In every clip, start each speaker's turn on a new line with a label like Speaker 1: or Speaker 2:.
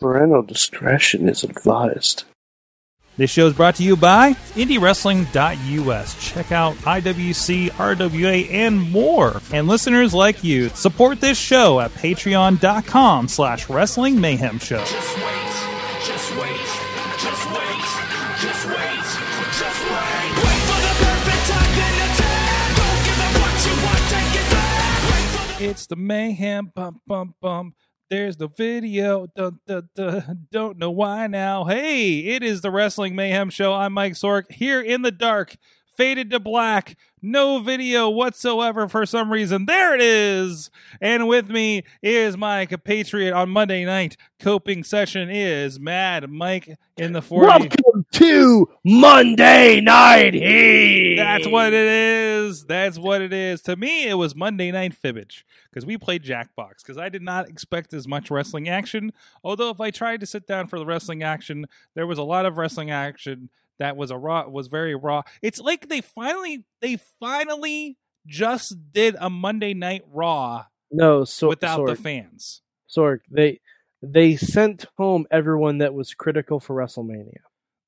Speaker 1: Parental discretion is advised.
Speaker 2: This show is brought to you by IndieWrestling.us. Check out IWC, RWA, and more. And listeners like you, support this show at patreon.com slash wrestling mayhem show.
Speaker 3: Just wait, just wait, just wait, just wait, just wait. Wait for the perfect time, then attack. Don't give up what you want, take it back. Wait for the
Speaker 2: It's the mayhem, bum, bum, bum. There's the video. Dun, dun, dun. Don't know why now. Hey, it is the Wrestling Mayhem Show. I'm Mike Sork here in the dark, faded to black, no video whatsoever for some reason. There it is. And with me is my compatriot on Monday night. Coping session is Mad Mike in the 40s.
Speaker 1: Welcome to Monday Night Heat.
Speaker 2: That's what it is. That's what it is. To me, it was Monday Night Fibbage because we played Jackbox because I did not expect as much wrestling action. Although, if I tried to sit down for the wrestling action, there was a lot of wrestling action that was a raw was very raw. It's like they finally they finally just did a Monday Night Raw
Speaker 4: No, so
Speaker 2: without
Speaker 4: Sorg,
Speaker 2: the fans.
Speaker 4: Sorg, they they sent home everyone that was critical for WrestleMania.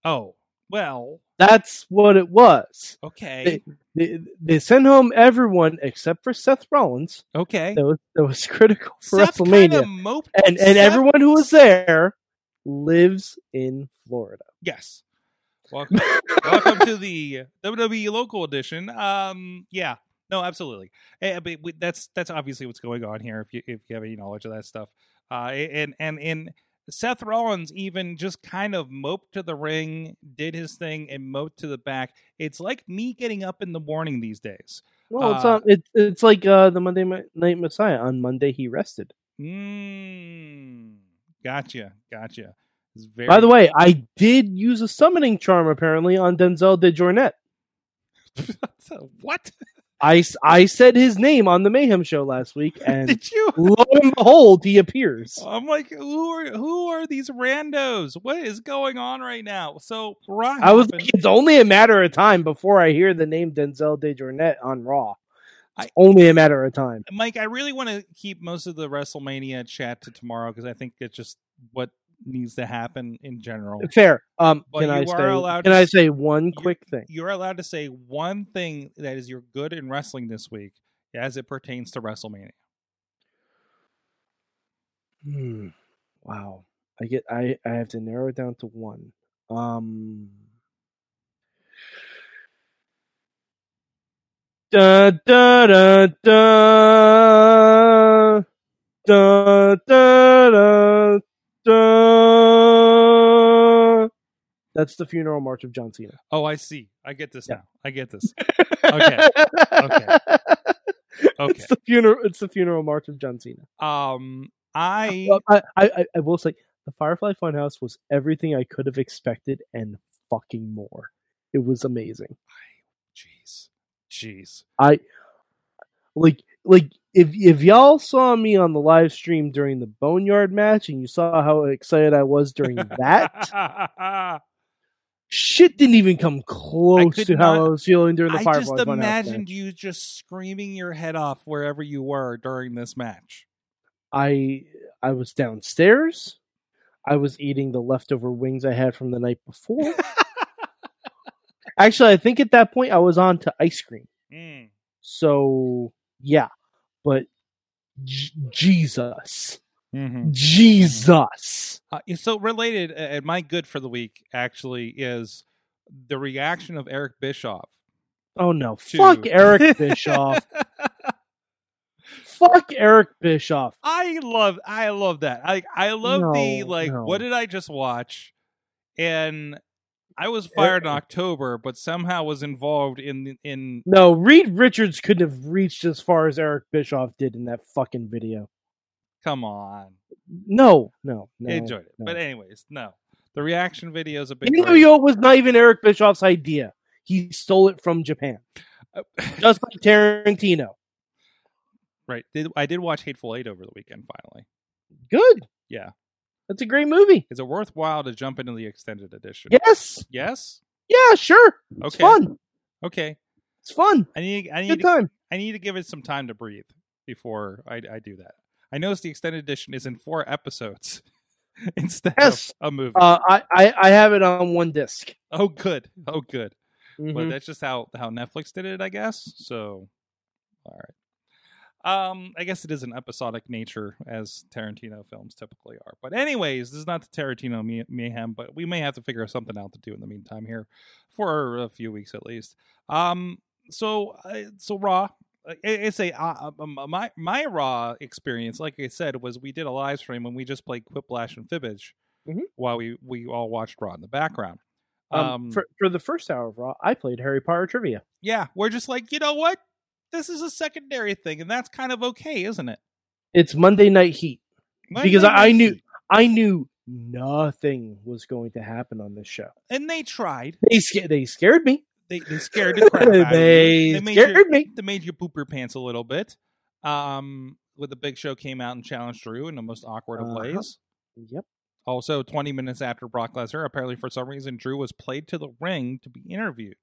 Speaker 2: Oh well,
Speaker 4: That's what it was.
Speaker 2: okay,
Speaker 4: They, they sent home everyone except for Seth Rollins
Speaker 2: okay.
Speaker 4: that was, that was critical for
Speaker 2: Seth
Speaker 4: WrestleMania,
Speaker 2: kinda moped-
Speaker 4: and and
Speaker 2: Seth-
Speaker 4: everyone who was there lives in Florida.
Speaker 2: Yes. Welcome, welcome to the WWE local edition. Um, yeah, no, absolutely. Eh, but we- that's that's obviously what's going on here. If you if you have any knowledge of that stuff, uh, and and and Seth Rollins even just kind of moped to the ring, did his thing, and moped to the back. It's like me getting up in the morning these days.
Speaker 4: Well, it's
Speaker 2: Uh,
Speaker 4: on, it, it's like uh, the Monday Mi- Night Messiah. On Monday he rested.
Speaker 2: Mm, gotcha, gotcha. It's very
Speaker 4: By the way, I did use a summoning charm apparently on Denzel De Jornet.
Speaker 2: what
Speaker 4: I, s- I said his name on the Mayhem show last week, and
Speaker 2: did you?
Speaker 4: lo and behold, he appears.
Speaker 2: I'm like, who are who are these randos? What is going on right now? So Brock,
Speaker 4: I was
Speaker 2: Hopkins-
Speaker 4: like, it's only a matter of time before I hear the name Denzel DeJournette on Raw. It's
Speaker 2: I-
Speaker 4: only a matter of time.
Speaker 2: Mike. I really want to keep most of the WrestleMania chat to tomorrow because I think it's just what needs to happen in general.
Speaker 4: Fair. Um,
Speaker 2: Oh. But
Speaker 4: can
Speaker 2: you
Speaker 4: I
Speaker 2: are
Speaker 4: say?
Speaker 2: allowed
Speaker 4: Can
Speaker 2: to
Speaker 4: I
Speaker 2: s-
Speaker 4: say one quick thing?
Speaker 2: You're allowed to say one thing that is your good in wrestling this week as it pertains to WrestleMania.
Speaker 4: Hmm. Wow. I get. I I have to narrow it down to one. Um. Da da da da da da da da. That's the funeral march of John Cena.
Speaker 2: Oh, I see. I get this
Speaker 4: Yeah.
Speaker 2: now. I get this. Okay. Okay. Okay.
Speaker 4: It's the funeral. It's the funeral march of John Cena.
Speaker 2: Um, I
Speaker 4: Well, I, I, I- I will say the Firefly Funhouse was everything I could have expected and fucking more. It was amazing.
Speaker 2: jeez, jeez.
Speaker 4: I like like if if y'all saw me on the live stream during the Boneyard match and you saw how excited I was during that, shit didn't even come close
Speaker 2: could
Speaker 4: to how
Speaker 2: not-
Speaker 4: I was feeling during the
Speaker 2: I
Speaker 4: Firefly
Speaker 2: just
Speaker 4: Funhouse match.
Speaker 2: imagined you just screaming your head off wherever you were during this match.
Speaker 4: I I was downstairs. I was eating the leftover wings I had from the night before. Actually, I think at that point I was on to ice cream. So yeah, but J- Jesus, Mm-hmm. Jesus.
Speaker 2: Uh, so related, uh, and my good for the week actually is the reaction of Eric Bischoff.
Speaker 4: Oh no,
Speaker 2: to-
Speaker 4: fuck Eric Bischoff. fuck Eric Bischoff.
Speaker 2: I love, I love that. I, I love the
Speaker 4: No,
Speaker 2: like.
Speaker 4: no.
Speaker 2: What did I just watch? And I was fired in October, but somehow was involved in in.
Speaker 4: No, Reed Richards couldn't have reached as far as Eric Bischoff did in that fucking video.
Speaker 2: Come on,
Speaker 4: No, no, no.
Speaker 2: enjoyed it.
Speaker 4: no.
Speaker 2: But anyways, no. The reaction video is a bit.
Speaker 4: Even though it was not even Eric Bischoff's idea, he stole it from Japan, just like Tarantino.
Speaker 2: Right. Did, I did watch Hateful Eight over the weekend. Finally,
Speaker 4: Good.
Speaker 2: Yeah.
Speaker 4: that's a great movie.
Speaker 2: is it worthwhile to jump into the extended edition?
Speaker 4: Yes.
Speaker 2: Yes.
Speaker 4: Yeah, sure.
Speaker 2: Okay.
Speaker 4: It's fun.
Speaker 2: Okay.
Speaker 4: It's fun.
Speaker 2: I need. I
Speaker 4: Good
Speaker 2: need.
Speaker 4: time.
Speaker 2: I need to give it some time to breathe before I, I do that. I noticed the extended edition is in four episodes. instead
Speaker 4: Yes.
Speaker 2: of a movie.
Speaker 4: Uh, I, I I have it on one disk.
Speaker 2: oh, good. Oh, good. but
Speaker 4: Mhm.
Speaker 2: that's just how how Netflix did it, I guess. So, all right. Um, I guess it is an episodic nature as Tarantino films typically are. But anyways, this is not the Tarantino me- mayhem, but we may have to figure something out to do in the meantime here for a few weeks at least. Um, so uh, so raw. uh, it- It's a uh, um, my my raw experience. Like I said, was we did a live stream and we just played Quiplash and Fibbage
Speaker 4: Mhm.
Speaker 2: while we we all watched Raw in the background.
Speaker 4: Um, for for the first hour of Raw, I played Harry Potter trivia.
Speaker 2: Yeah, we're just like, you know what? This is a secondary thing, and that's kind of okay, isn't it?
Speaker 4: It's Monday Night Heat.
Speaker 2: Like,
Speaker 4: Because
Speaker 2: they
Speaker 4: I- I
Speaker 2: just-
Speaker 4: knew- I knew nothing was going to happen on this show.
Speaker 2: and they tried.
Speaker 4: They sca- they scared me.
Speaker 2: They, they scared the crap out of
Speaker 4: They
Speaker 2: you. They made
Speaker 4: scared
Speaker 2: you,
Speaker 4: me.
Speaker 2: They made you poop your pants a little bit. Um, when the big show came out and challenged Drew in the most awkward of
Speaker 4: Uh-huh.
Speaker 2: ways.
Speaker 4: Yep.
Speaker 2: Also, 20 minutes after Brock Lesnar, apparently for some reason, Drew was played to the ring to be interviewed.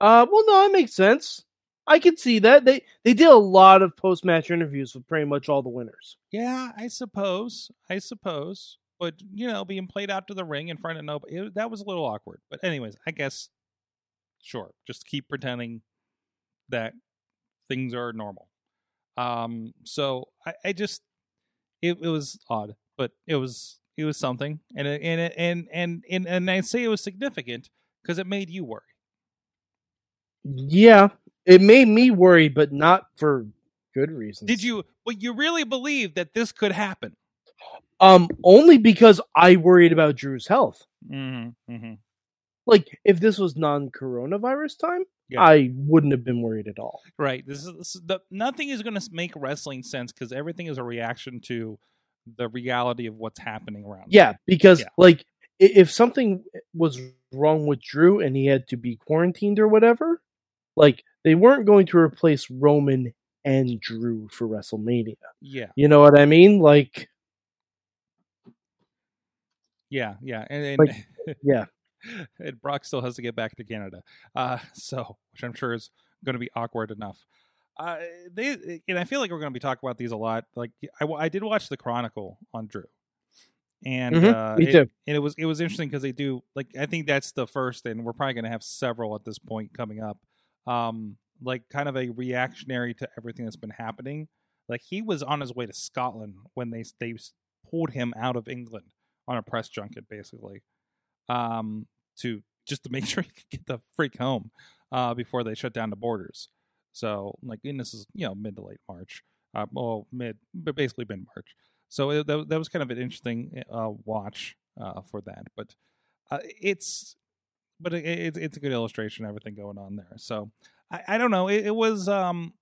Speaker 4: Uh, well, no, that makes sense. I can see that they they did a lot of post match interviews with pretty much all the winners.
Speaker 2: Yeah, I suppose. I suppose. But, you know, being played out to the ring in front of nobody, it, that was a little awkward. But, anyways, I guess, sure. Just keep pretending that things are normal. Um, so I, I just, it, it was odd, but it was, it was something. And, it, and, it, and, and, and, and I say it was significant because it made you worry.
Speaker 4: Yeah, it made me worry, but not for good reasons.
Speaker 2: Did you, but you really believe that this could happen?
Speaker 4: Um, only because I worried about Drew's health.
Speaker 2: Mm-hmm. Mm-hmm.
Speaker 4: Like, if this was non-coronavirus time,
Speaker 2: Yeah.
Speaker 4: I wouldn't have been worried at all.
Speaker 2: Right. This is, this is the nothing is going to make wrestling sense because everything is a reaction to the reality of what's happening around. us.
Speaker 4: Yeah, because
Speaker 2: Um, Yeah.
Speaker 4: like i- if something was wrong with Drew and he had to be quarantined or whatever, like they weren't going to replace Roman and Drew for WrestleMania.
Speaker 2: Yeah.
Speaker 4: You know what I mean? Like,
Speaker 2: Yeah. Yeah. And, and
Speaker 4: Like, yeah.
Speaker 2: and Brock still has to get back to Canada. Uh, so which I'm sure is going to be awkward enough. Uh, they and I feel like we're going to be talking about these a lot. Like I, I did watch the Chronicle on Drew, and
Speaker 4: Mhm,
Speaker 2: uh,
Speaker 4: me
Speaker 2: it-
Speaker 4: too.
Speaker 2: and it was it was interesting because they do like I think that's the first, and we're probably going to have several at this point coming up. Um, like kind of a reactionary to everything that's been happening. Like he was on his way to Scotland when they they pulled him out of England on a press junket, basically, um, to just to make sure he could get the freak home uh, before they shut down the borders. So like, and this is you know mid to late March, uh, well mid, but basically mid March. So it, that, that was kind of an interesting uh, watch uh, for that, but uh, it's but it, it, it's a good illustration of everything going on there. So I, I don't know. It, it was um,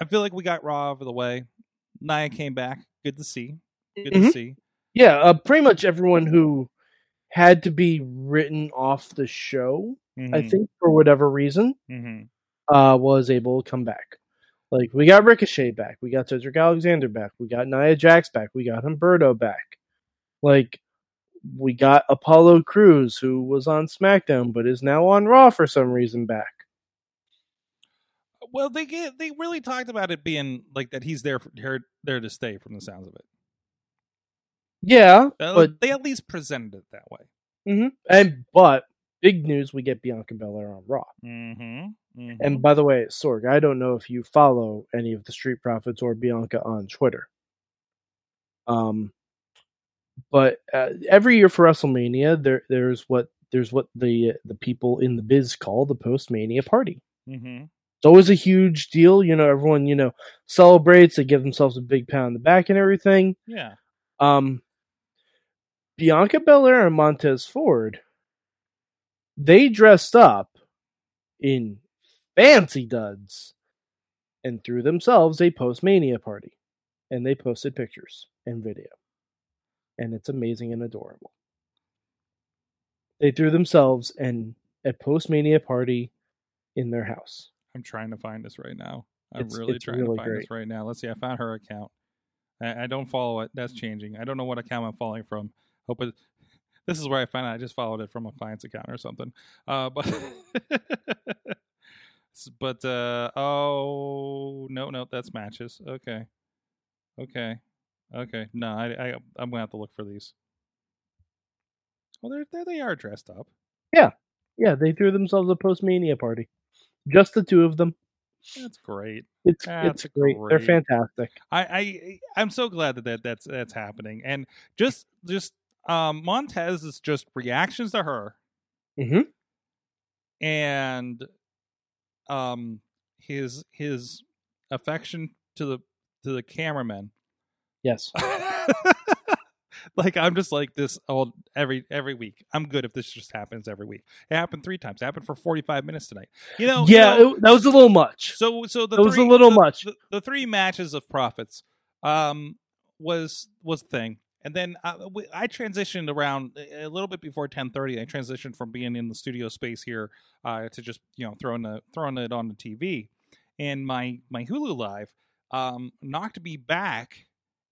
Speaker 2: I feel like we got Raw over the way. Nia came back. Good to see. Good
Speaker 4: Mhm.
Speaker 2: to see.
Speaker 4: yeah, uh, pretty much everyone who had to be written off the show,
Speaker 2: Mm-hmm.
Speaker 4: I think, for whatever reason,
Speaker 2: hmm
Speaker 4: uh, was able to come back. Like we got Ricochet back, we got Cedric Alexander back, we got Nia Jax back, we got Humberto back. Like we got Apollo Cruz, who was on SmackDown but is now on Raw for some reason back.
Speaker 2: Well, they get, they really talked about it being like that. He's there for, there there to stay, from the sounds of it.
Speaker 4: Yeah,
Speaker 2: Uh,
Speaker 4: But-
Speaker 2: they at least presented it that way.
Speaker 4: hmm and but big news, we get Bianca Belair on Raw.
Speaker 2: Mm-hmm.
Speaker 4: And by the way, Sorg, I don't know if you follow any of the Street Profits or Bianca on Twitter. Um, but uh, every year for WrestleMania, there there's what there's what the the people in the biz call the postmania party.
Speaker 2: mm-hmm.
Speaker 4: It's always a huge deal, you know. Everyone you know celebrates. They give themselves a big pound in the back and everything.
Speaker 2: yeah,
Speaker 4: Um, Bianca Belair and Montez Ford, they dressed up in fancy duds and threw themselves a post mania party. And they posted pictures and video. And it's amazing and adorable. They threw themselves in a post mania party in their house.
Speaker 2: I'm trying to find this right now. I'm
Speaker 4: It's-
Speaker 2: really
Speaker 4: it's
Speaker 2: trying
Speaker 4: really
Speaker 2: to find this
Speaker 4: great.
Speaker 2: right now. Let's see. I found her account. I, I don't follow it. That's changing. I don't know what account I'm following from. Hope it. This is where I found out. I just followed it from a client's account or something. Uh, but S- but uh, oh no no that's matches. Okay, okay. Okay. No, I, I I'm gonna have to look for these. Well, there there they are dressed up.
Speaker 4: Yeah, they threw themselves a post mania party. Just the two of them.
Speaker 2: That's great.
Speaker 4: It's
Speaker 2: That's
Speaker 4: it's great. They're
Speaker 2: great.
Speaker 4: fantastic.
Speaker 2: I, I I'm so glad that, that that's that's happening. And just just um Montez is just reactions to her.
Speaker 4: Mhm.
Speaker 2: And um his his affection to the to the cameraman.
Speaker 4: Yes.
Speaker 2: like I'm just like this all every every week. I'm good if this just happens every week. It happened three times. It happened for 45 minutes tonight. You know. you
Speaker 4: yeah,
Speaker 2: know,
Speaker 4: it- that was a little much.
Speaker 2: so so the
Speaker 4: It was a
Speaker 2: three,
Speaker 4: little
Speaker 2: the-
Speaker 4: much.
Speaker 2: The, the three matches of profits um was was the thing, and then I, we, I transitioned around a a little bit before ten thirty. I transitioned from being in the studio space here uh, to just you know throwing the throwing it on the TV, and my my Hulu Live um knocked me back.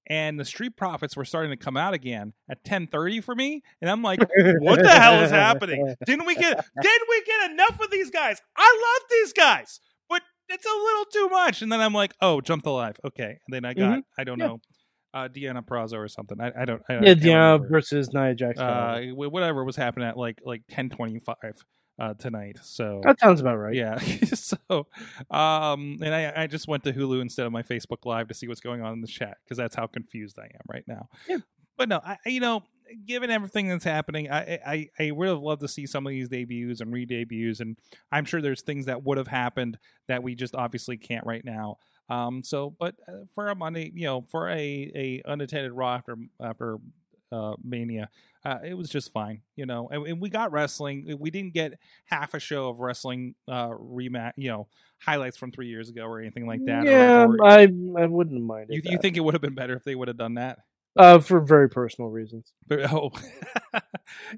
Speaker 2: And the street profits were starting to come out again at ten thirty for me, and I'm like, what the hell is happening? Didn't we get didn't we get enough of these guys? I love these guys, but it's a little too much. And then I'm like, oh, jump the live. Okay. And then I got, I don't
Speaker 4: Mm-hmm. Yeah.
Speaker 2: know, uh Deanna Prazo or something. I, I don't I,
Speaker 4: Yeah,
Speaker 2: I can't
Speaker 4: Deanna
Speaker 2: remember.
Speaker 4: versus Nia Jax.
Speaker 2: uh wh- whatever was happening at like like ten twenty five uh tonight. So
Speaker 4: that sounds about right.
Speaker 2: yeah. so, um, and I, I just went to Hulu instead of my Facebook Live to see what's going on in the chat because that's how confused I am right now.
Speaker 4: Yeah.
Speaker 2: But no, I, I- you know, given everything that's happening, I, I, I would have loved to see some of these debuts and re-debuts, and I'm sure there's things that would have happened that we just obviously can't right now. Um, so, but uh, for a Monday, you know, for a a unattended Raw after after uh, Mania, uh, it was just fine, you know. And, and we got wrestling. We didn't get half a show of wrestling uh rematch, you know, highlights from three years ago or anything like that. or-
Speaker 4: Yeah, um,
Speaker 2: or-
Speaker 4: I I wouldn't mind it.
Speaker 2: you, you
Speaker 4: that.
Speaker 2: think it would have been better if they would have done that?
Speaker 4: uh, for very personal reasons.
Speaker 2: But, oh,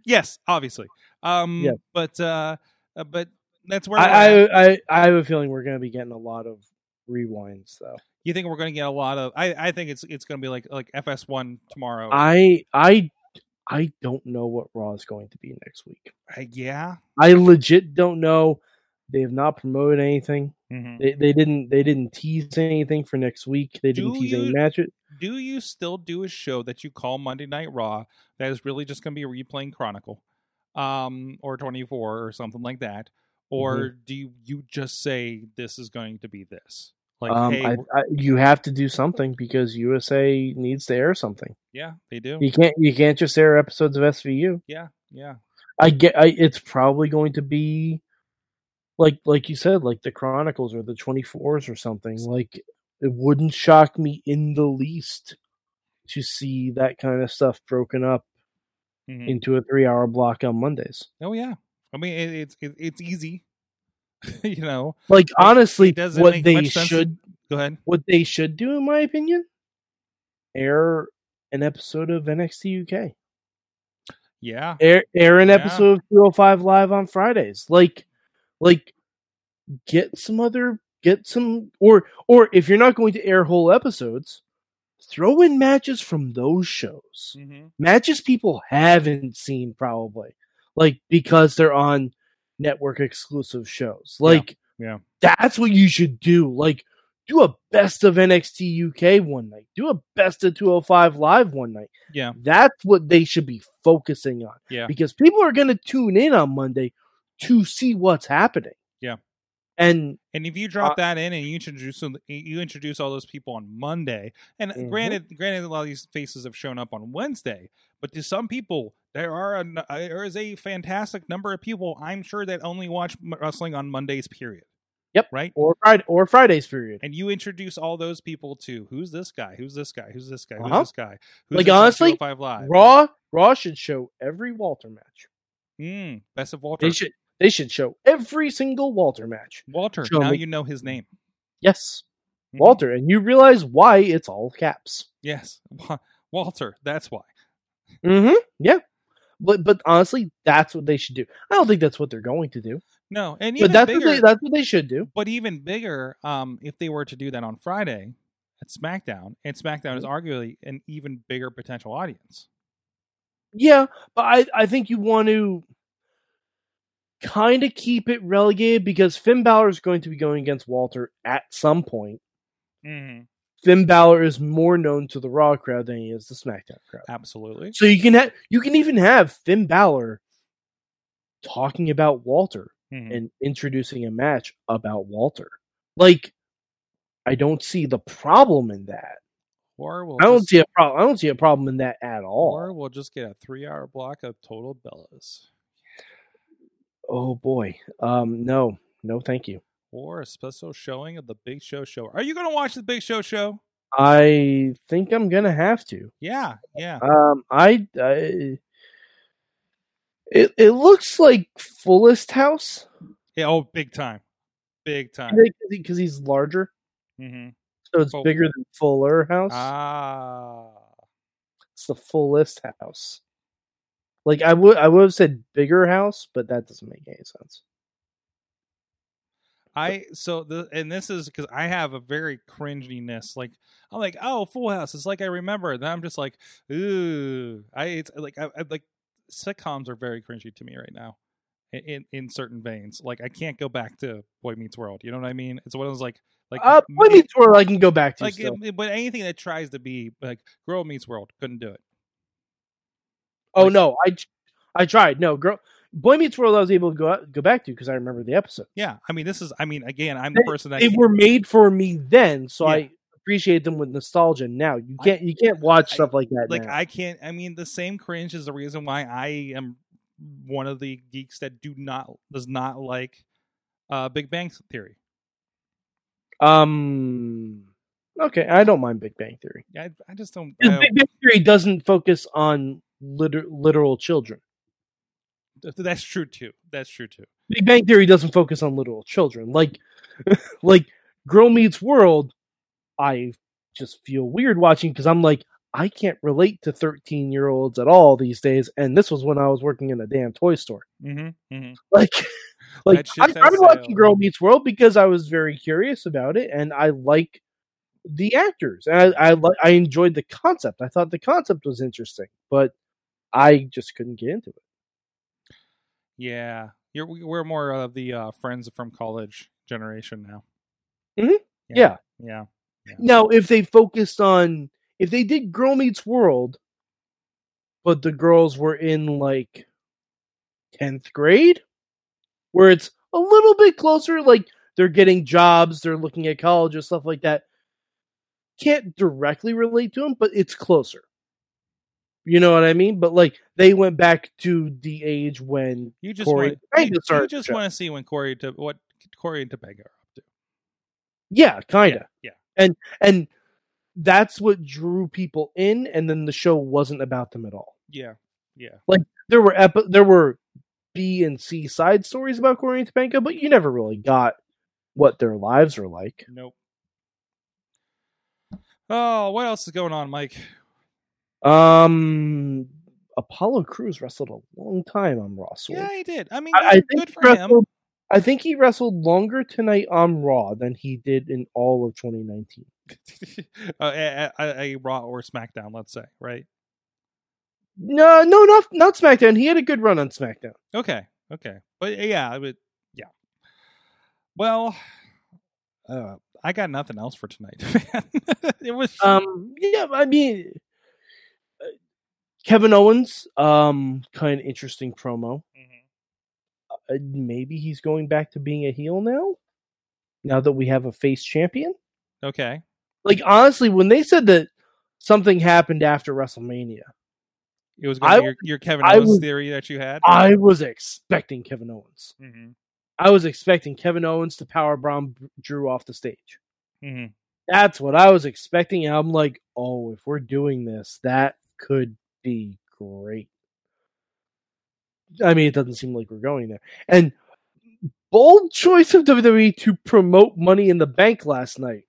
Speaker 2: yes, obviously. Um,
Speaker 4: Yeah.
Speaker 2: but uh, uh, but that's where we're
Speaker 4: I,
Speaker 2: at.
Speaker 4: I I I have a feeling we're gonna be getting a lot of rewinds though.
Speaker 2: you think we're going to get a lot of. I, I think it's it's going to be like like FS1 tomorrow.
Speaker 4: I I I don't know what Raw is going to be next week.
Speaker 2: Uh, yeah.
Speaker 4: I legit don't know. They have not promoted anything.
Speaker 2: Mhm.
Speaker 4: They, they didn't they didn't tease anything for next week. They didn't
Speaker 2: Do
Speaker 4: tease
Speaker 2: you-
Speaker 4: any matches.
Speaker 2: Do you still do a show that you call Monday Night Raw that is really just going to be replaying Chronicle, um, or 24 or something like that, or
Speaker 4: Mm-hmm.
Speaker 2: do you, you just say this is going to be this? Like,
Speaker 4: um,
Speaker 2: hey,
Speaker 4: I,
Speaker 2: we're-
Speaker 4: I, you have to do something because USA needs to air something.
Speaker 2: yeah, they do.
Speaker 4: You can't you can't just air episodes of SVU.
Speaker 2: Yeah, yeah.
Speaker 4: I get I, it's probably going to be like like you said, like the Chronicles or the Twenty Fours or something. Like it wouldn't shock me in the least to see that kind of stuff broken up
Speaker 2: Mhm.
Speaker 4: into a three hour block on Mondays.
Speaker 2: Oh yeah, I mean it, it's it, it's easy. you know,
Speaker 4: Like honestly,
Speaker 2: it doesn't
Speaker 4: what
Speaker 2: make
Speaker 4: they
Speaker 2: much sense to-
Speaker 4: should
Speaker 2: go ahead.
Speaker 4: what they should do, in my opinion, air an episode of NXT UK.
Speaker 2: Yeah,
Speaker 4: air air an
Speaker 2: Yeah.
Speaker 4: episode of 205 live on Fridays. Like like get some other get some or or if you're not going to air whole episodes, throw in matches from those shows.
Speaker 2: mm-hmm.
Speaker 4: Matches people haven't seen probably. Like because they're on network exclusive shows.
Speaker 2: Yeah.
Speaker 4: Like
Speaker 2: Yeah.
Speaker 4: That's what you should do. Like do a best of NXT UK one night. Do a best of 205 live one night.
Speaker 2: yeah,
Speaker 4: That's what they should be focusing on.
Speaker 2: Yeah.
Speaker 4: Because people are going to tune in on Monday to see what's happening.
Speaker 2: Yeah.
Speaker 4: And
Speaker 2: and if you drop that in and you introduce them, you introduce all those people on Monday. And
Speaker 4: Mhm.
Speaker 2: granted, granted, a lot of these faces have shown up on Wednesday, but to some people, there are a, n- uh, there is a fantastic number of people I'm sure that only watch m- wrestling on Mondays. Period.
Speaker 4: Yep.
Speaker 2: Right.
Speaker 4: or Friday or Fridays period.
Speaker 2: And you introduce all those people to who's this guy? Who's this guy? Who's this guy? Who's
Speaker 4: Uh-huh.
Speaker 2: this guy? Who's
Speaker 4: Like,
Speaker 2: this on
Speaker 4: honestly,
Speaker 2: 205 live?
Speaker 4: Raw Raw should show every Walter match.
Speaker 2: Mm, best of Walter.
Speaker 4: They should they should show every single Walter match.
Speaker 2: Walter.
Speaker 4: Show
Speaker 2: now
Speaker 4: me.
Speaker 2: you know his name.
Speaker 4: Yes.
Speaker 2: Mhm.
Speaker 4: Walter and you realize why it's all caps.
Speaker 2: Yes, Wa- Walter. That's why.
Speaker 4: Mhm. Yeah. But but honestly, that's what they should do. I don't think that's what they're going to do.
Speaker 2: No, and
Speaker 4: But
Speaker 2: even
Speaker 4: that's
Speaker 2: bigger.
Speaker 4: what they, that's what they should do.
Speaker 2: but even bigger, um, if they were to do that on Friday at SmackDown, and SmackDown is arguably an even bigger potential audience.
Speaker 4: Yeah, but I, I think you want to kind of keep it relegated because Finn Balor is going to be going against Walter at some point.
Speaker 2: Mm-hmm.
Speaker 4: Finn Balor is more known to the Raw crowd than he is the SmackDown crowd.
Speaker 2: Absolutely.
Speaker 4: So you can ha- you can even have Finn Balor talking about Walter
Speaker 2: Mhm.
Speaker 4: and introducing a match about Walter. Like, I don't see the problem in that.
Speaker 2: Or we'll
Speaker 4: I don't
Speaker 2: just-
Speaker 4: see a problem. I don't see a problem in that at
Speaker 2: or
Speaker 4: all.
Speaker 2: we'll just get a three hour block of total bellas.
Speaker 4: Oh boy, um, no, no, thank you.
Speaker 2: Or a special showing of the Big Show show. Are you gonna watch the Big Show show?
Speaker 4: I think I'm gonna have to.
Speaker 2: Yeah, yeah.
Speaker 4: Um, I, I it it looks like Fullest House
Speaker 2: yeah oh, big time. Big time.
Speaker 4: because he's larger,
Speaker 2: hmm
Speaker 4: so it's
Speaker 2: Oh.
Speaker 4: bigger than Fuller House.
Speaker 2: Ah
Speaker 4: It's the fullest house. Like I would, I would have said bigger house, but that doesn't make any sense.
Speaker 2: I so the and this is because I have a very cringiness. Like I'm like, oh, Full House. It's like I remember. Then I'm just like, ooh, I it's like I, I like sitcoms are very cringy to me right now. in- In in certain veins, like I can't go back to Boy Meets World. You know what I mean? It's one of those like like
Speaker 4: Uh,
Speaker 2: m-
Speaker 4: Boy Meets World, I can go back to
Speaker 2: like
Speaker 4: still.
Speaker 2: it- but anything that tries to be like Girl Meets World couldn't do it.
Speaker 4: oh
Speaker 2: like-
Speaker 4: no, I, I tried. No, girl, Boy Meets World, I was able to go go back to because I remember the episode.
Speaker 2: Yeah, I mean this is I mean again I'm the person that
Speaker 4: They were made for me then, so
Speaker 2: Yeah.
Speaker 4: I appreciate them with nostalgia. Now you
Speaker 2: I-
Speaker 4: can't, you can't watch
Speaker 2: I-
Speaker 4: stuff like that.
Speaker 2: like
Speaker 4: now.
Speaker 2: I can't. I mean, the same cringe is the reason why I am one of the geeks that do not does not like uh Big Bang Theory.
Speaker 4: um, okay, I don't mind Big Bang Theory.
Speaker 2: I, I just don't. I
Speaker 4: 'Cause
Speaker 2: don't-
Speaker 4: Big Bang Theory doesn't focus on liter- literal children.
Speaker 2: th- that's true too. That's true too.
Speaker 4: Big Bang Theory doesn't focus on literal children. Like, like Girl Meets World, I just feel weird watching because I'm like, I can't relate to 13 year olds at all these days. And this was when I was working in a damn toy store.
Speaker 2: Mm-hmm, mm-hmm.
Speaker 4: Like, like
Speaker 2: That
Speaker 4: I
Speaker 2: shit's
Speaker 4: started
Speaker 2: on sale.
Speaker 4: watching Girl Meets World because I was very curious about it, and I like the actors, and I I, li- I enjoyed the concept. I thought the concept was interesting, but I just couldn't get into it.
Speaker 2: Yeah, you're we- we're more of the uh friends from college generation now.
Speaker 4: Mhm.
Speaker 2: Yeah. Yeah.
Speaker 4: Now, if they focused on if they did Girl Meets World, but the girls were in like tenth grade, where it's a little bit closer, like they're getting jobs, they're looking at college and stuff like that. Can't directly relate to them, but it's closer. You know what I mean? But like they went back to the age when
Speaker 2: You just
Speaker 4: Corey
Speaker 2: want
Speaker 4: Tobago
Speaker 2: you, you
Speaker 4: started the
Speaker 2: just
Speaker 4: show.
Speaker 2: want to see when Corey to what Corey and Topanga are up to.
Speaker 4: Yeah, kind of.
Speaker 2: yeah.
Speaker 4: And and that's what drew people in and then the show wasn't about them at all.
Speaker 2: Yeah. Yeah.
Speaker 4: There were epi- there were B and C side stories about Corey and Topanga, but you never really got what their lives were like.
Speaker 2: Nope. Oh, what else is going on, Mike?
Speaker 4: Um Apollo Crews wrestled a long time on Raw. Sword.
Speaker 2: Yeah, he did. I mean,
Speaker 4: I, I
Speaker 2: good,
Speaker 4: think
Speaker 2: good
Speaker 4: he
Speaker 2: for him.
Speaker 4: wrestled- I think he wrestled longer tonight on Raw than he did in all of 2019.
Speaker 2: uh, a, a- a Raw or SmackDown, let's say, right?
Speaker 4: No, no, not not SmackDown. He had a good run on SmackDown.
Speaker 2: Okay, okay, but eh, yeah, I would, yeah. Well, uh, I got nothing else for tonight, man. it was
Speaker 4: Um, yeah, I mean, uh, Kevin Owens, um, kind of interesting promo. Uh, maybe he's going back to being a heel now. Now that we have a face champion,
Speaker 2: okay.
Speaker 4: like honestly, when they said that something happened after WrestleMania,
Speaker 2: It was going
Speaker 4: I
Speaker 2: to be your, your Kevin
Speaker 4: I
Speaker 2: Owens
Speaker 4: would-
Speaker 2: theory that you had.
Speaker 4: I was expecting Kevin Owens.
Speaker 2: mm-hmm.
Speaker 4: I was expecting Kevin Owens to power bomb Drew off the stage.
Speaker 2: hmm
Speaker 4: That's what I was expecting. And I'm like, oh, if we're doing this, that could be great. I mean, it doesn't seem like we're going there. And bold choice of WWE to promote Money in the Bank last night.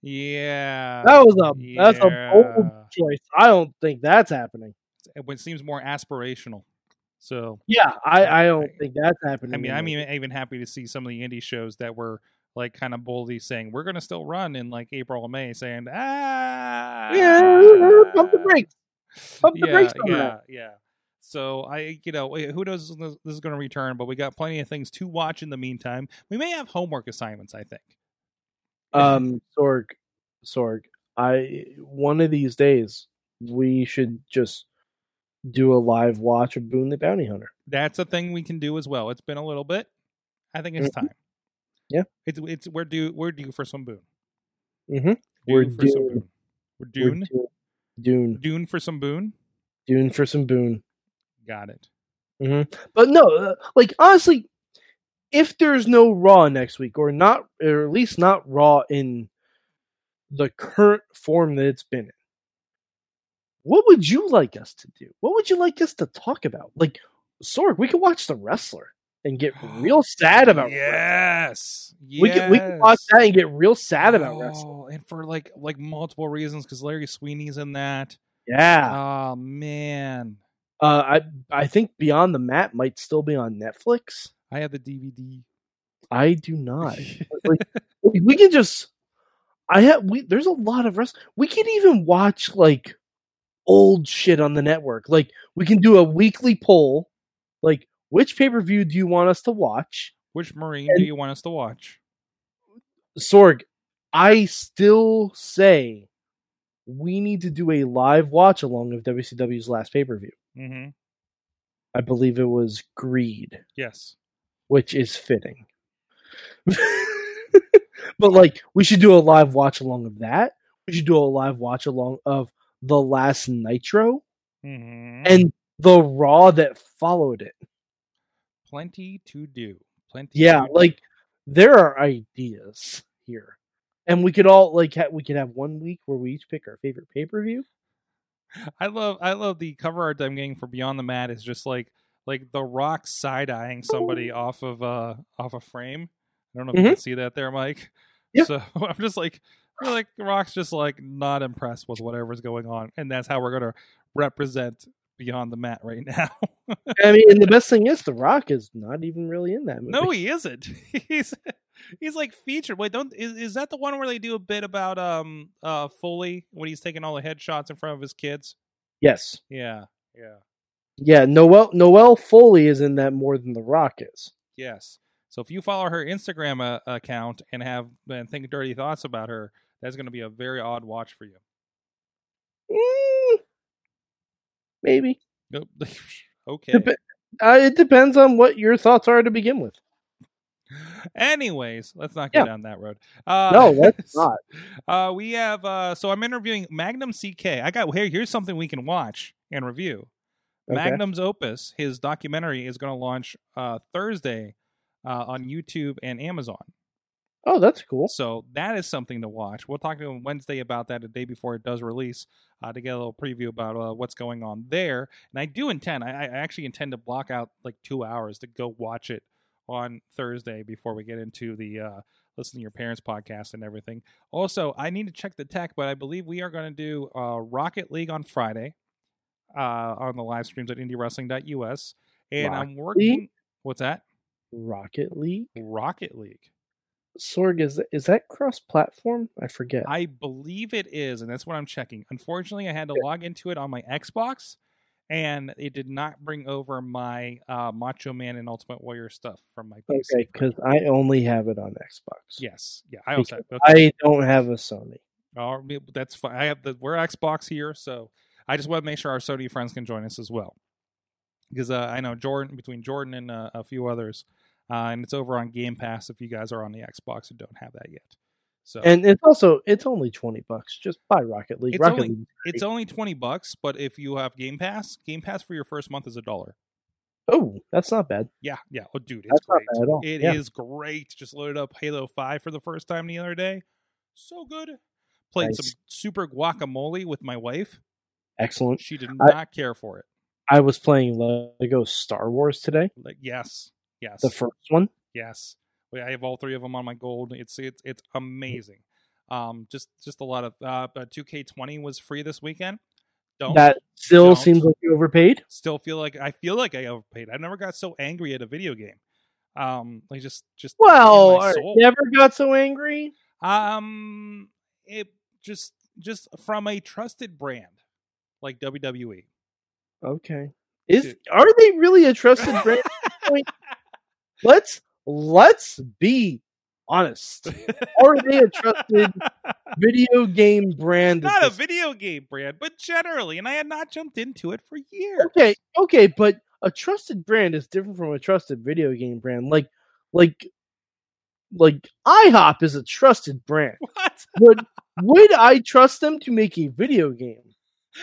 Speaker 2: Yeah,
Speaker 4: That was a that's a bold
Speaker 2: yeah.
Speaker 4: choice. I don't think that's happening.
Speaker 2: It seems more aspirational. So
Speaker 4: Yeah, I, I don't
Speaker 2: I-
Speaker 4: think that's happening.
Speaker 2: I mean, I'm even, even happy to see some of the indie shows that were like kind of boldly saying we're going to still run in like April and May, saying ah,
Speaker 4: yeah, pump the brakes. Pump the
Speaker 2: uh, yeah,
Speaker 4: brakes on
Speaker 2: yeah,
Speaker 4: that.
Speaker 2: yeah. So I, you know, who knows when this this is going to return, but we got plenty of things to watch in the meantime. We may have homework assignments. I think.
Speaker 4: Um, Sorg, Sorg, I one of these days we should just do a live watch of Boone the Bounty Hunter.
Speaker 2: That's a thing we can do as well. It's been a little bit. I think it's time.
Speaker 4: Mm-hmm. Yeah.
Speaker 2: It's it's we're due we're due for some boon.
Speaker 4: Mm-hmm.
Speaker 2: Due
Speaker 4: We're
Speaker 2: for some
Speaker 4: due.
Speaker 2: boon. We're Dune.
Speaker 4: Dune,
Speaker 2: Dune for some boon.
Speaker 4: Dune for some Boone.
Speaker 2: Got it.
Speaker 4: But no, uh, like honestly, if there's no Raw next week, or not, or at least not Raw in the current form that it's been in, what would you like us to do? What would you like us to talk about? Like Sorg, we could watch The Wrestler and get real sad about.
Speaker 2: Yes. yes.
Speaker 4: We could we could watch that and get real sad about wrestling.
Speaker 2: Oh, and for like like multiple reasons because Larry Sweeney's in that.
Speaker 4: Yeah,
Speaker 2: Oh man,
Speaker 4: uh, I I think Beyond the Mat might still be on Netflix.
Speaker 2: I have the DVD.
Speaker 4: I do not. we we can just i have we there's a lot of wrestling we can even watch like old shit on the network like we can do a weekly poll like which pay-per-view do you want us to watch
Speaker 2: Which Marine do you want us to watch?
Speaker 4: sorg i still say we need to do a live watch along of wcw's last pay-per-view
Speaker 2: Mm-hmm.
Speaker 4: i believe it was greed
Speaker 2: Yes.
Speaker 4: which is fitting. but like, we should do a live watch along of that. We should do a live watch along of the last Nitro
Speaker 2: Mm-hmm.
Speaker 4: and the Raw that followed it.
Speaker 2: plenty to do. Plenty.
Speaker 4: Yeah,
Speaker 2: to
Speaker 4: like there are ideas here, and we could all like ha- we could have one week where we each pick our favorite pay per view.
Speaker 2: do. I love I love the cover art that I'm getting for Beyond the Mat is just like like the Rock side eyeing somebody off of uh off a frame. I don't know if you can see that there, Mike.
Speaker 4: Yeah.
Speaker 2: So I'm just like we're like the Rock's just like not impressed with whatever's going on, and that's how we're gonna represent Beyond the Mat right now.
Speaker 4: I mean, and the best thing is, The Rock is not even really in that movie.
Speaker 2: no, he isn't. He's he's like featured. Wait, don't is, is that the one where they do a bit about um uh Foley when he's taking all the headshots in front of his kids?
Speaker 4: yes,
Speaker 2: Yeah. Yeah.
Speaker 4: yeah, Noel Noel Foley is in that more than The Rock is.
Speaker 2: Yes. So if you follow her Instagram uh, account and have and think dirty thoughts about her, that's going to be a very odd watch for you.
Speaker 4: Mm, maybe.
Speaker 2: Nope. okay.
Speaker 4: Dep- Uh, it depends on what your thoughts are to begin with.
Speaker 2: Anyways, let's not go
Speaker 4: Yeah.
Speaker 2: down that road. Uh,
Speaker 4: No, that's not.
Speaker 2: Uh, we have. Uh, so I'm interviewing Magnum CK. I got here. Here's something we can watch and review.
Speaker 4: Okay.
Speaker 2: Magnum's Opus, his documentary, is going to launch uh, Thursday uh, on YouTube and Amazon.
Speaker 4: Oh, that's cool.
Speaker 2: So that is something to watch. We'll talk to him Wednesday about that the day before it does release uh, to get a little preview about uh, what's going on there. And I do intend, I, I actually intend to block out like two hours to go watch it on Thursday before we get into the uh, Listen to Your Parents podcast and everything. Also, I need to check the tech, but I believe we are going to do uh, Rocket League on Friday uh, on the live streams at indiewrestling.us. And I'm working.
Speaker 4: League?
Speaker 2: What's that?
Speaker 4: Rocket League.
Speaker 2: Rocket League.
Speaker 4: Sorg is is that cross platform? I forget.
Speaker 2: I believe it is, and that's what I'm checking. Unfortunately, I had to
Speaker 4: Yeah.
Speaker 2: log into it on my Xbox, and it did not bring over my uh, Macho Man and Ultimate Warrior stuff from my PC.
Speaker 4: okay, because I only have it on Xbox.
Speaker 2: Yes, yeah, I also have, okay.
Speaker 4: I don't have a Sony.
Speaker 2: All right, that's fine. I have the we're Xbox here, so I just want to make sure our Sony friends can join us as well, because uh, I know Jordan between Jordan and uh, a few others, uh, and it's over on Game Pass if you guys are on the Xbox and don't have that yet. So
Speaker 4: And it's also it's only twenty bucks. Just buy Rocket League.
Speaker 2: It's
Speaker 4: Rocket
Speaker 2: only-
Speaker 4: League.
Speaker 2: It's only twenty bucks, but if you have Game Pass, Game Pass for your first month is a dollar.
Speaker 4: Oh, that's not bad.
Speaker 2: Yeah, yeah. Oh, dude, it's
Speaker 4: That's not
Speaker 2: great.
Speaker 4: bad at all.
Speaker 2: It is
Speaker 4: yeah.
Speaker 2: great. Just loaded up Halo Five for the first time the other day. So good. Played
Speaker 4: Nice.
Speaker 2: some super guacamole with my wife.
Speaker 4: excellent.
Speaker 2: She did
Speaker 4: I-
Speaker 2: not care for it.
Speaker 4: I was playing Lego Star Wars today,
Speaker 2: Like, yes, yes,
Speaker 4: the first one.
Speaker 2: yes. Wait, I have all three of them on my gold. It's it's it's
Speaker 4: Mm-hmm.
Speaker 2: amazing. Um, just just a lot of uh, two K twenty was free this weekend. Don't
Speaker 4: That still
Speaker 2: Don't.
Speaker 4: seems like you overpaid.
Speaker 2: still feel like I feel like I overpaid. I never got so angry at a video game. Um, like just just in my
Speaker 4: Well, all right,
Speaker 2: soul.
Speaker 4: never got so angry.
Speaker 2: um, it just just from a trusted brand like E. WWE.
Speaker 4: Okay. Is
Speaker 2: Dude.
Speaker 4: are they really a trusted brand? let's let's be honest. Are they a trusted video game brand.
Speaker 2: Not a
Speaker 4: is-
Speaker 2: video game brand, but generally, and I had not jumped into it for years.
Speaker 4: okay, okay, but a trusted brand is different from a trusted video game brand. Like, like, like IHOP is a trusted brand.
Speaker 2: What?
Speaker 4: Would would I trust them to make a video game?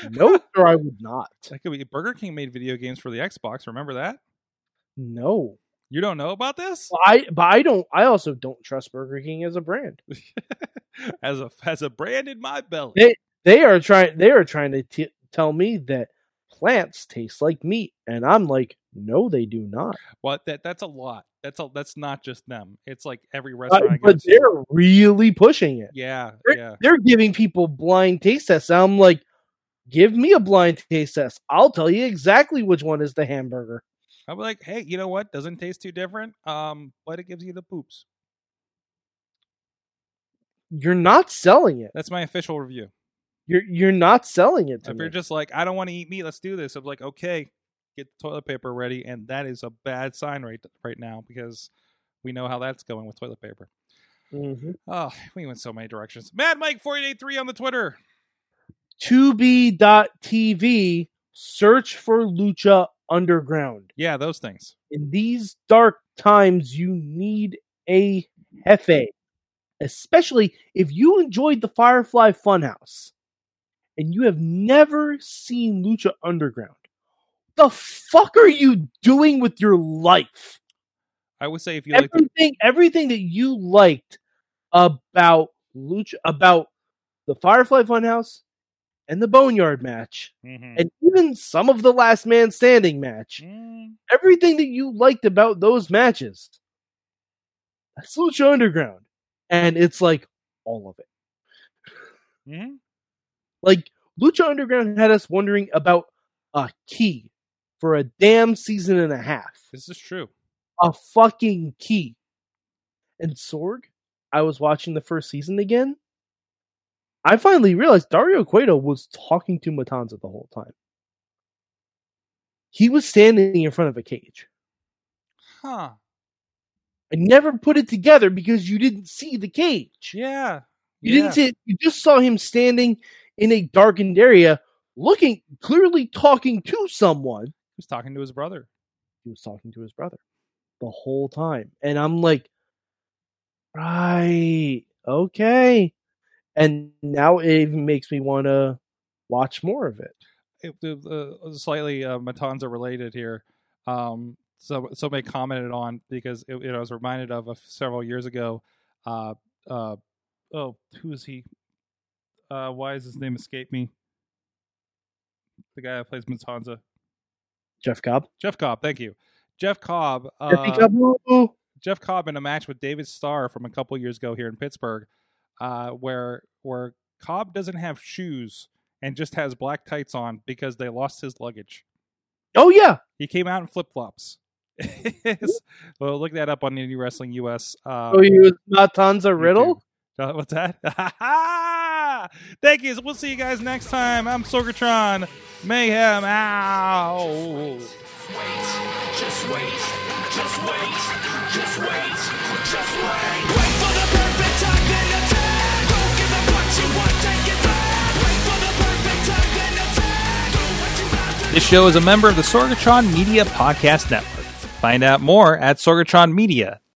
Speaker 4: No, sir, I would not.
Speaker 2: That could be Burger King made video games for the Xbox. Remember that?
Speaker 4: No,
Speaker 2: You don't know about this?
Speaker 4: I but I don't. I also don't trust Burger King as a brand.
Speaker 2: as a as a brand in my belly.
Speaker 4: They- They are trying. They are trying to t- tell me that plants taste like meat, and I'm like, no, they do not.
Speaker 2: Well, that that's a lot. That's a that's not just them. It's like every
Speaker 4: But,
Speaker 2: restaurant. I go
Speaker 4: Uh, but
Speaker 2: to.
Speaker 4: they're really pushing it.
Speaker 2: yeah,
Speaker 4: They're,
Speaker 2: yeah.
Speaker 4: they're giving people blind taste tests. and I'm like, give me a blind taste test. I'll tell you exactly which one is the hamburger.
Speaker 2: I'm like, hey, you know what? Doesn't taste too different. Um, but it gives you the poops.
Speaker 4: You're not selling it.
Speaker 2: That's my official review.
Speaker 4: You're you're not selling it to
Speaker 2: if
Speaker 4: me.
Speaker 2: you're just like, I don't want to eat meat, let's do this. I'm like, okay, get the toilet paper ready, and that is a bad sign right right now because we know how that's going with toilet paper.
Speaker 4: Mhm.
Speaker 2: Oh, we went so many directions. Mad Mike 4883 on the Twitter.
Speaker 4: To be.tv, search for Lucha Underground.
Speaker 2: Yeah, those things.
Speaker 4: In these dark times, you need a hefe, especially if you enjoyed the Firefly Funhouse and you have never seen Lucha Underground. The fuck are you doing with your life?
Speaker 2: I would say if you like the,
Speaker 4: everything, everything that you liked about Lucha, about the Firefly Funhouse and the Boneyard match,
Speaker 2: Mhm.
Speaker 4: and even some of the Last Man Standing match
Speaker 2: Mm,
Speaker 4: everything that you liked about those matches. That's Lucha Underground. And it's like all of it.
Speaker 2: mhm.
Speaker 4: Like Lucha Underground had us wondering about a key for a damn season and a half.
Speaker 2: This is true.
Speaker 4: A fucking key. And Sorg, I was watching the first season again. I finally realized Dario Cueto was talking to Matanza the whole time. He was standing in front of a cage.
Speaker 2: Huh.
Speaker 4: I never put it together because you didn't see the cage.
Speaker 2: Yeah.
Speaker 4: You
Speaker 2: Yeah.
Speaker 4: didn't see it. You just saw him standing in a darkened area, looking clearly talking to someone.
Speaker 2: He was talking to his brother.
Speaker 4: He was talking to his brother the whole time. And I'm like, right, okay. And now it even makes me want to watch more of it.
Speaker 2: It, the- the- slightly uh, Matanza related here. Um, so somebody commented on because it, it, I was reminded of a, several years ago. Uh, uh, oh, who is he? Uh, why is his name escape me? The guy that plays Matanza,
Speaker 4: Jeff Cobb.
Speaker 2: Jeff Cobb. Thank you, Jeff Cobb.
Speaker 4: Jeffy oh,
Speaker 2: uh,
Speaker 4: Cobb. woo, woo.
Speaker 2: Jeff Cobb in a match with David Starr from a couple years ago here in Pittsburgh, uh, where where Cobb doesn't have shoes and just has black tights on because they lost his luggage.
Speaker 4: Oh, yeah.
Speaker 2: He came out in flip flops. well, look that up on Indie Wrestling US. Uh,
Speaker 4: Oh, he was Matanza Riddle.
Speaker 2: YouTube. Uh, what's that? Thank you. We'll see you guys next time. I'm Sorgatron. Mayhem out.
Speaker 3: wait, just wait, just wait, just wait, just wait. Wait for the perfect time, then attack. Don't give up what you want, take it back. Wait for the perfect time, then attack. Do what you have to
Speaker 2: This show is a member of the Sorgatron Media Podcast Network. Find out more at sorgatronmedia.com.